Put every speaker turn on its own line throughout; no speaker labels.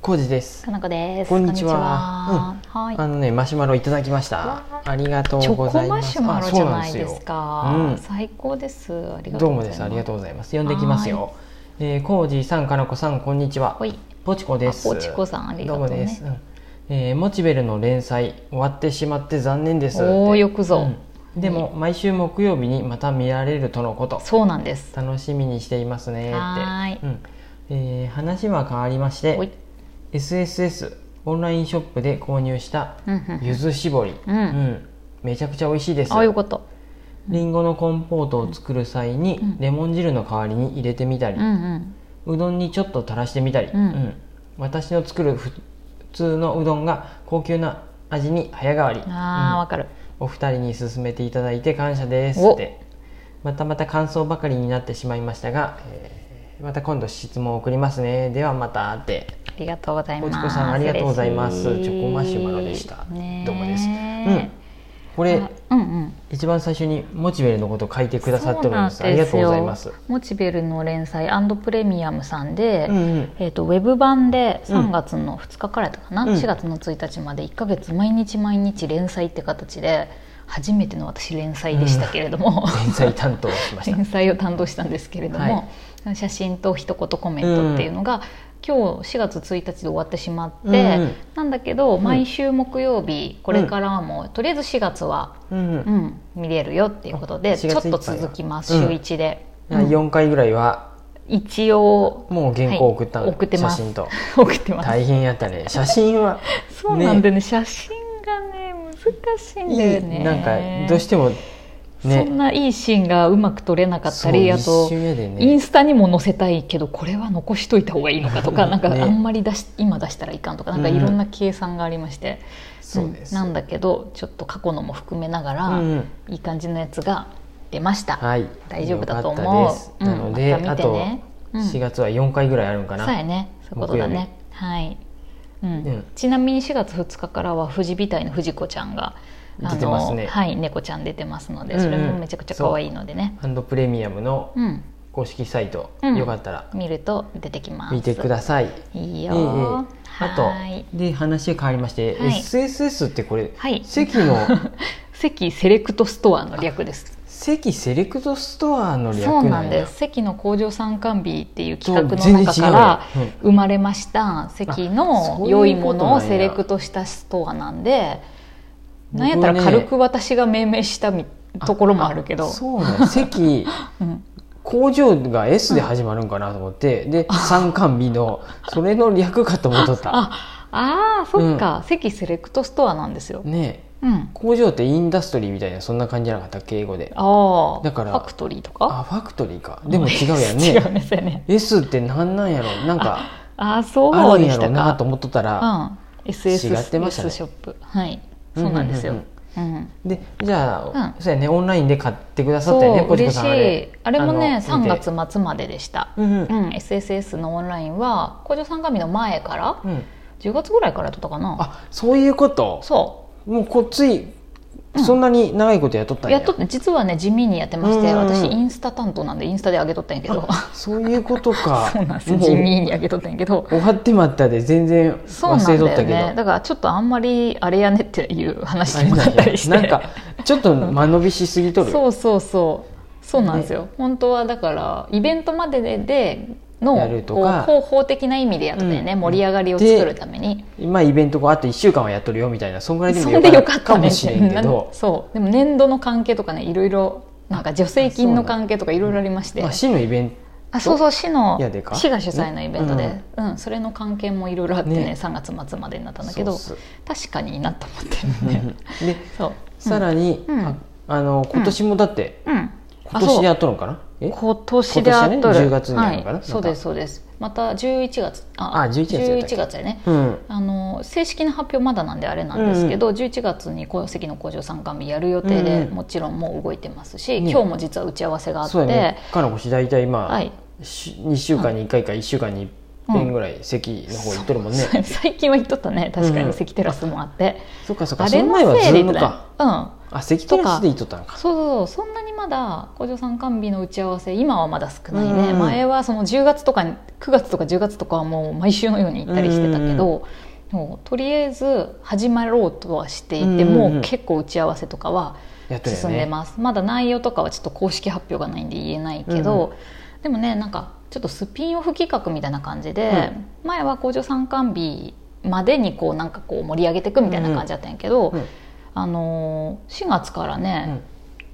コージです。
かなこです。
こんにちは
こんにちは
あのねマシュマロいただきました。ありがと
はい。チ
う
ョ
ご
コ
ざい
マ
ま
シ
す。
ュマロじゃない
あそう
で
ん
す
よ
か。
うん
最高です。ありがと
ど
う
うも
ございま。
ですす。ありがとうございます。呼んできますよ。えー、コージさん、かなこさん、こんにちは
ほ。い。
ポチコです。
あポチコさんありがとうね
どもです。うんえーモチベルの連載終わってしまって残念です。
おー
って
よくぞ
うんでも毎週木曜日にまた見られるとのこと。
そうなんです。
楽しみにしていますねって。
はーい
うんえー話は変わりまし
ほい
て、。SSS オンラインショップで購入した
うんうん
柚子絞り、
うん
めちゃくちゃ美味しいです
あ、よかった。
りんごのコンポートを作る際に
うん
レモン汁の代わりに入れてみたり
うん、うん。
うどんにちょっと垂らしてみたり、
うん
私の作る普通のうどんが高級な味に早変わり、
ああ、
うん
わかる。
お二人に勧めていただいて感謝です
お
ってまたまた感想ばかりになってしまいましたが、えーまた今度質問を送りますねではまたって
ありがとうございます。
ポチコさんありがとうございます
嬉し
チョコマシュマロでした
ねえ
どうもですうんこれ
あうんうん。
一番最初にモチベルのことを書いてくださってるんです
そう
あ
なん
り
で
が
す
と
よ
うございます、
モチベルの連載プレミアムさんで、
うんうん、
えー、とウェブ版で
うん
3月の2日からやったかな、
うん
4月の1日まで1か月毎日毎日連載って形で初めての私連載でしたけれども、
連載担当をしました
連載を担当したんですけれども、写真と一言コメントっていうのが、今日4月1日で終わってしまって、
うんうん
なんだけど、
ん
毎週木曜日これからはもうとりあえず4月は、
うんうん
うん、見れるよっていうことで
あ
ち
4
ょっ
月いっぱい
と
は
続きます、
うん
週1で。うん
4回ぐらいは
一応
もう原稿送ったの、
はい送ってます
写真と
送ってます
大変やったね写真は
そうなんだよね写真がね難しいんだよね
なんかどうしてもね
そんないいシーンがうまく撮れなかったり
そう
あと
一瞬やでね
インスタにも載せたいけどこれは残しといた方がいいのか とかなんか
ね
あんまり出し今出したらいかんとかなんか
うん
いろんな計算がありまして、
そうです、
んなんだけどちょっと過去のも含めながら、
うん
いい感じのやつが出ました、
はい
大丈夫だと思う
よかったです
うん
なので、
ま
あ
た見て
と
ねうん
4月は4回ぐらいあるんかな、
そうやねそういうことだねはい、うん
うん
ちなみに4月2日からは富士美体の藤子ちゃんがあの
出てますね
はい猫ちゃん出てますので
うんうん
それもめちゃくちゃ可愛いのでね、
ハンドプレミアムの
うん
公式サイト、
うん
よかったら
見ると出てきます
見てください、
いい
え
よ
えええ
ー、
あ
はーい
とで話変わりまして、
はい
SSS ってこれ、
はい
席の
関セレクトストアの略です
席セレクトストアの略
そう
な
なんん
だ
です関の工場参観日っていう
そう
企画の中から
全然違うよ
生まれました関
あそういう
の
ことなんや
良いものをセレクトしたストアなんでなんやったら軽く私が命名したみところもあるけど、
そうなんや席
うん、
工場が S で始まるんかなと思って、で三冠日のそれの略かと思っとった
ああーそっか、関セレクトストアなんですよ、
ねえ
うん、
工場ってインダストリーみたいなそんな感じじゃなかったっけ英語で
ああ
だから
ファクトリーと
あ
か
ファクトリーかでも違うやん
違う
ね
んですよね
S ってなんなんやろなんか
ああそ
あ
う
るん
で
や
し
ろ
た
うな
か
と思っとったら、
うん、SS
違ってましたね
ショップはい
うん
そ
うん
う
うんうん
なんですよ、うん
でじゃあ、
うん
そうやねオンラインで買ってくださ
そ
ったよね
う
ポチコ
嬉し
さ
い
んあれ
あれもね
あの
3月末まででした、
うんうん、
うん、SSS のオンラインは工場参加日の前から
うん
10月ぐらいからやっとったかな
あそういうこと
そ
もうこっつい
うん
そんなに長いことやっとった
うん
や,、
やっと実はね地味にやってまして、
うんうんうん
私インスタ担当なんでインスタで上げとったんやけど
そういうことか
そうなんですよ
もう
地味に上げとったんやけど
終わってまったで全然
そうなん
忘
だ
れとっ
よ
たけど
ねだからちょっとあんまりあれやねっていう話
あ
に
れ
もな
な
っ
んや
たりして
なんかちょっと間延びしすぎとる
そうそうそうそうなんですよ、本当はだからイベントまでででの
やるとか
こう広報的な意味でやってたよね、
うん
盛り上がりを作るために
今イベント後あと1週間はやっとるよみたいなそんぐらいでも
そんでよかった
か
ね
もしれんけど
そうでも年度の関係とかねいろいろなんか助成金の関係とかいろいろありまして
まあ、市のイベント
あそうそう市の
やでか
市が主催のイベントで
ね、
うんそれの関係もいろいろあってね
ね
3月末までになったんだけど
そうっ
確かにいいなと思ってるね
すで
そう
さらに、
うん
ああの今年もだって、
うん、うん、
今年でやっとるのかなえ
今年であっと
今年
る、
はね10月にやるのかな
はい、そうですそうですまた11月
あ11月やったっけ
11月やね
うん
あの正式な発表まだなんであれなんですけど、11月にこう席の工場参観日やる予定で、
うんうん
もちろんもう動いてますし、
ね
今日も実は打ち合わせがあって
そうやねかのこし大体まあ、
はい
し2週間に1回か1週間に1遍ぐらい席の方行っとるもんね、
そう最近は行っとったね確か
うんう
に
ん
関テラスもあって、
そっかそっか
あ
そ
れ
の
の
前はズ
せい
ー
で
ム
だ
か
うん
あ咳とかでいっとったんか
そうそうそうそんなにまだ工場参観日の打ち合わせ今はまだ少ないね、
うん
前はその10月とかに9月とか10月とかはもう毎週のように行ったりしてたけど、もうとりあえず始まろうとはしていて、
うんうんうん
もう結構打ち合わせとかは
やってるよ
進んで
ね
ます、まだ内容とかはちょっと公式発表がないんで言えないけど、でもねなんかちょっとスピンオフ企画みたいな感じで、前は工場参観日までにこうなんかこう盛り上げていくみたいな感じだったんやけど、
うん
あのー4月からね、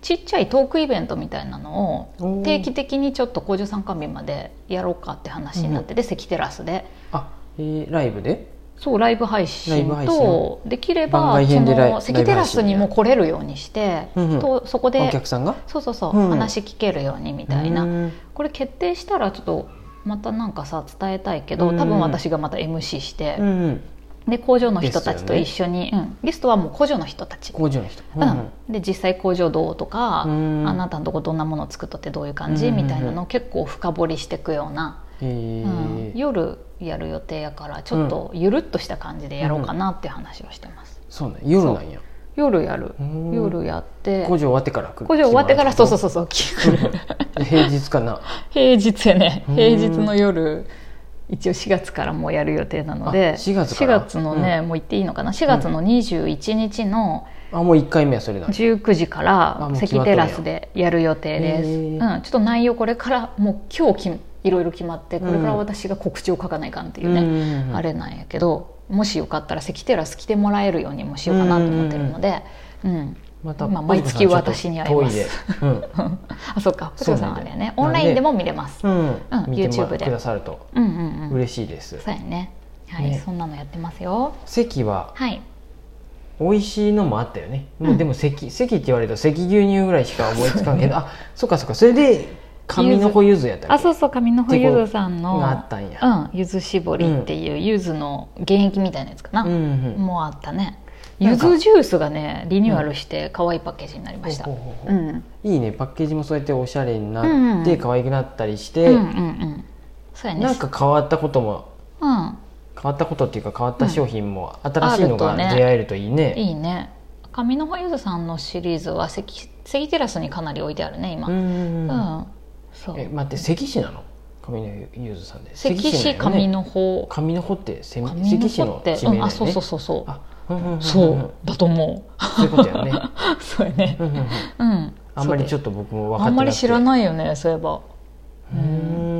ちっちゃいトークイベントみたいなの
お
を
ー
定期的にちょっと工場参観日までやろうかって話になってて、関テラスで
あえーライブで
そうライブ配
ライ
信
ブ配
とできれ
番
ば
外
そ
編でライ
の関テラスにも来れるようにして、
うんうん
とそこ
お
で
客さんが
そうそうそう、
うん
話聞けるようにみたいな、
うん
これ決定したらちょっとまたなんかさ伝えたいけど、
うん
多分私がまた MC して
う、ん
で工場の人たちと一緒に、うんゲストはもう工場の人たち
工場の人
うんで実際工場どうとか、
うん
あなたのとこどんなものを作っとってどういう感じ、
うんうんうん
みたいなのを結構深掘りしていくような、
えー
うん夜やる予定やからちょっとゆるっとした感じでやろうかなっていう話をしてます、
そうなん夜なんや
夜やる、
うん
夜やって
工場終わってから来る
工場終わってからそうそう
そ
そうそう来る
うん 平日かな
平日やね
うん
平日の夜一応4月からもうやる予定なので
あ4月から
4月のね、もう言っていいのかな4月の21日の、
あもう一回目はそれだ
19時か
あも
ら
う決ま
関
っとる
テ
んや
ラスでやる予定です、
へ
う
ー
ん、ちょっと内容これからもう今日きいろいろ決まってこれから
うん
私が告知を書かないかんっていううね、
ん
あれなんやけどもしよかったら関テラス来てもらえるようにもしようかなと思ってるので、うん
ま
まあ毎月私に会います
遠でうん
あそっか
そう
藤
な
さ
んだ
んあ
よ
れやねオンラインでも見れます、
うん、見て
YouTube で
くださると
うんうんうん
嬉しいです、
そうやねはい
ね
そんなのやってますよ
席は
はい
美味しいのもあったよね、もう
うん
でも席席って言われると席牛乳ぐらいしか思いつかんけどあそっかそっかそれで紙の子ゆずやったっけ
あそうそう上の穂ゆずさんの
があったんや
うん、ゆず絞りっていうゆずの原液みたいなやつかな、
うんうん
もうあったね
な
ゆ
んか
ずジュースがねリニューアルして可愛いパッケージになりました、
ほ
う
うんほうほう
うん、うん
いいねパッケージもそうやっておしゃれに
うん
なっ
う
て
ん
可愛くなったりして、
うんうんそうやね
なんか変わったことも
う
変わったことっていうか変わった商品も新しいのが出会えるといいね,、
んいいね上の穂ゆずさんのシリーズは関関テラスにかなり置いてあるね今
う
うん、
ん
そう
え待って関市なの上野ゆずさんで
関市
なんよ
上
ね
の穂
上の穂ってせ
上
関
の
市
穂っ
の
て、
地名だよね、
うん、あそうそうそうそう
あうんうんうんうん
そうだと思
そういうことやね
うそうやね
うんうんうん
うん
あんまりちょ
っ
っと僕も分か
あ
って
んま
な
り
く
知
て
らないよねそういえば
うー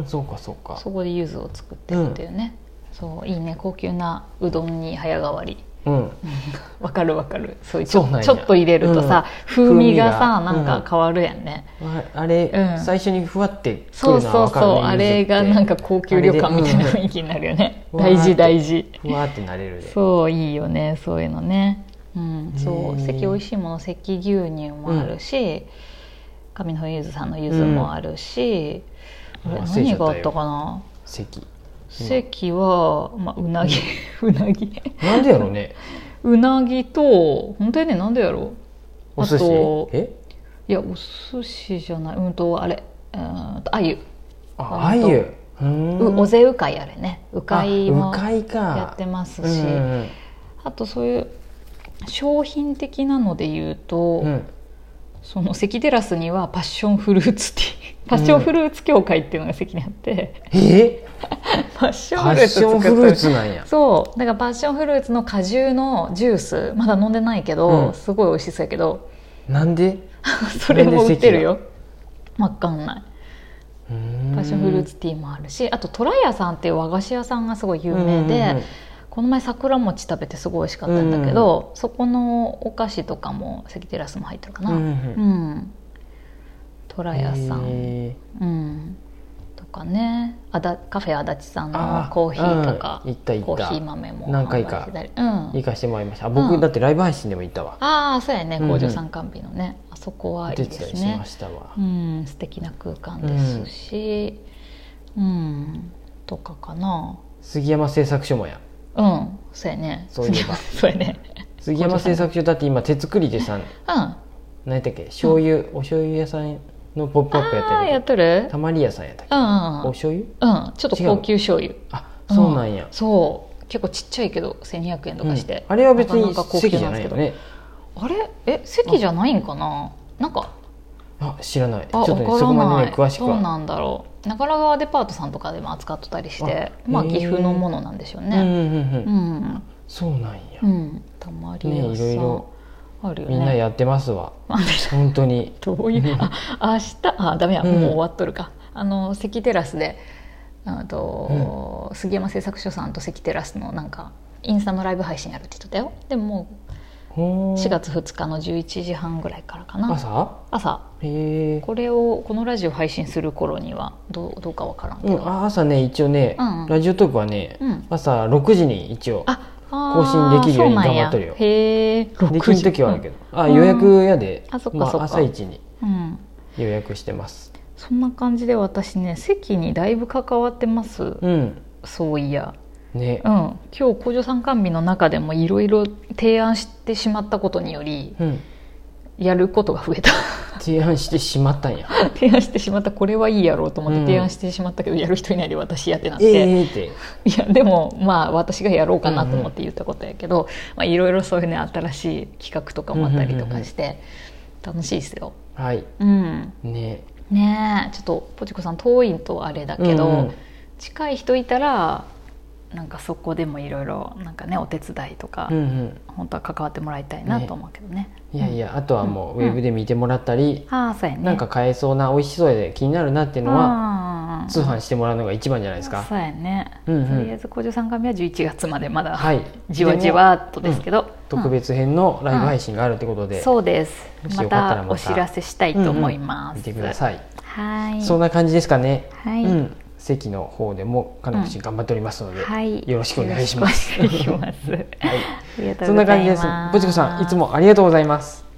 んそうかそうか
そこで柚子を作ってるっていうね、そういいね高級なうどんに早変わり
うん
わかるわかるそういうち
そう
ょ
なんや
ちょっと入れるとさ、風味がさ
風味がうん
なんか変わるやんね、
ああれ、
うん
最初にふわってく
そう
るの
そ
は
う
分か
そ
るね
うあれが
ゆずって
なんか高級旅館みたいな
あれで
雰囲気になるよね、
うん
大事大事
うんふわってなれるで
そういいよねそういうのねう
ね
んそう関美味しいもの関牛乳もあるし、上野ゆずさんのゆずもあるし、
うん
あ
忘
れ
れちゃ
何
ったよ
があったかな
席
関は、まあ、うなぎうなぎ
なんでやろうね
うなぎと本当やねなんでやろう
お寿
あ
司
と
え
いやお寿司じゃないうんとあれうんとあゆ
ああゆうーん
うおぜうかいあれねうかい
あう
も
かいか
やってますし
うんうん
あとそういう商品的なので言うと、
うんうん
その関テラスにはパッションフルーツティーパッションフルーツ協会っていうのが席にあって、
え
パッション
パ
フル
ッ
ーツ
ション
作っ
フル
とる
ーツなんや
そうだからパッションフルーツの果汁のジュースまだ飲んでないけど、
うん
すごい美味しそうやけど
なんで
それも売ってるよわかんない
パ
パ
ッ
ッションフルーツティーもあるしあとトラヤさんっていう和菓子屋さんがすごい有名で、この前桜餅食べてすごい美味しかったんだけど、そこのお菓子とかも関テラスも入ってるかな、うん、トラヤさん、うん、とかねあだカフェ足立さんの
あー
コーヒーとか、
うん行った行った
コーヒー豆も
何回か
販売してたりうん、
行かしてもらいましたあ
う
僕
ん
だってライブ配信でも行ったわ
ああそうやね
うんうん
工場参観日のね、あそこは
お
いい
手
で
伝
す
いし
ね
ましたわ
うん素敵な空間ですしうん、とかかな
杉山製作所もや
うんそうやね
そういえば
そうやね
杉山製作所だって今手作りでさ
うんあ
何やったっけ醤油お醤油屋さんのポップアップやった
あー
り
や
と
っ
か
とる
たまり屋さんやったっけ
うんう
お
ん
醤油
うん、うん、ちょっと高級醤油
あそうなんや
そう結構ちっちゃいけど1200円とかして、
あれは別
なか
に
なか高級
席じゃ
ん
な
で
い
す
よ
けど
ね
あれえ席じゃないんかななんか
あ知らないちょ
あ
っとね
わ
そ
か
こ
ら
ま
な
で
い
ね詳しく
どう
は
なんだろう長良川デパートさんとかでも扱ってたりして
あ
まあ
へー
岐阜のものなんでしょう
うんうん
ね
うんう
うんん
そうなんや
うんたまり屋
ねい
さ
ろい
ん
ろ
あるよね
みんなやってますわ
あで
本当に
どういうあ明日あダメや
う
も
ん
う終わっとるか、あの関テラスであと、杉山製作所さんと関テラスのなんかインスタのライブ配信やるって言ってたよでももう4
4
月2日の11時半ぐらいからかな
朝
朝
へえ
これをこのラジオ配信する頃にはどうどうかわからんけ
う
ど、
んあ朝ね一応ね
うんうん
ラジオトークはね
うん
朝6時に一応
あ
更新できるように
あーそなん
頑
や
張っとるよ
へえ
できる時はあるけ
ど、
どあ予約やで
あそっか
ま
そっか
あ朝一に
うん、
予約してます
そんな感じで私ね席にだいぶ関わってます、
うん
そういや
ね
うん、今日工場参観日の中でもいろいろ提案してしまったことにより
うん
やることが増えた
提案してしまったんや
提案してしまったこれはいいやろうと思って
うん
提案してしまったけど、やる人いないで私やってなっ
え
て、
えええって
いやでもまあ私がやろうかなと思って言ったことやけどまあいろいろそういうね新しい企画とかもあったりとかして楽しいですよ。
はい
うん、
ね
ねえちょっとポチコさん遠いとあれだけど、
うんうん
近い人いたらなんかそこでもいろいろなんかねお手伝いとか。
うんうん
本当は関わってもらいたいなと思うけどね
いやいやあとはもうウェブで見てもらったり
ああそうやね
なんか買えそうな美味しそうで気になるなっていうのは
は
通販してもらうのが一番じゃないですか
そうやね、
うんうん
とりあえず工場参観日は11月までまだ、
はい
じわじわっとですけど、
でも特別編のライブ配信があるってこと
うん
で
そうです
もし
ま
よかったら
た
また
お知らせしたいと思います、
見てください
はい
そんな感じですかね
はい、
うん席の方でもかなり頑張っておりますので
はい
よろしくお願いします
よろしくお願いしますありがと
そ
うございます
んな感じです。ぶちこさん、いつもありがとうございます。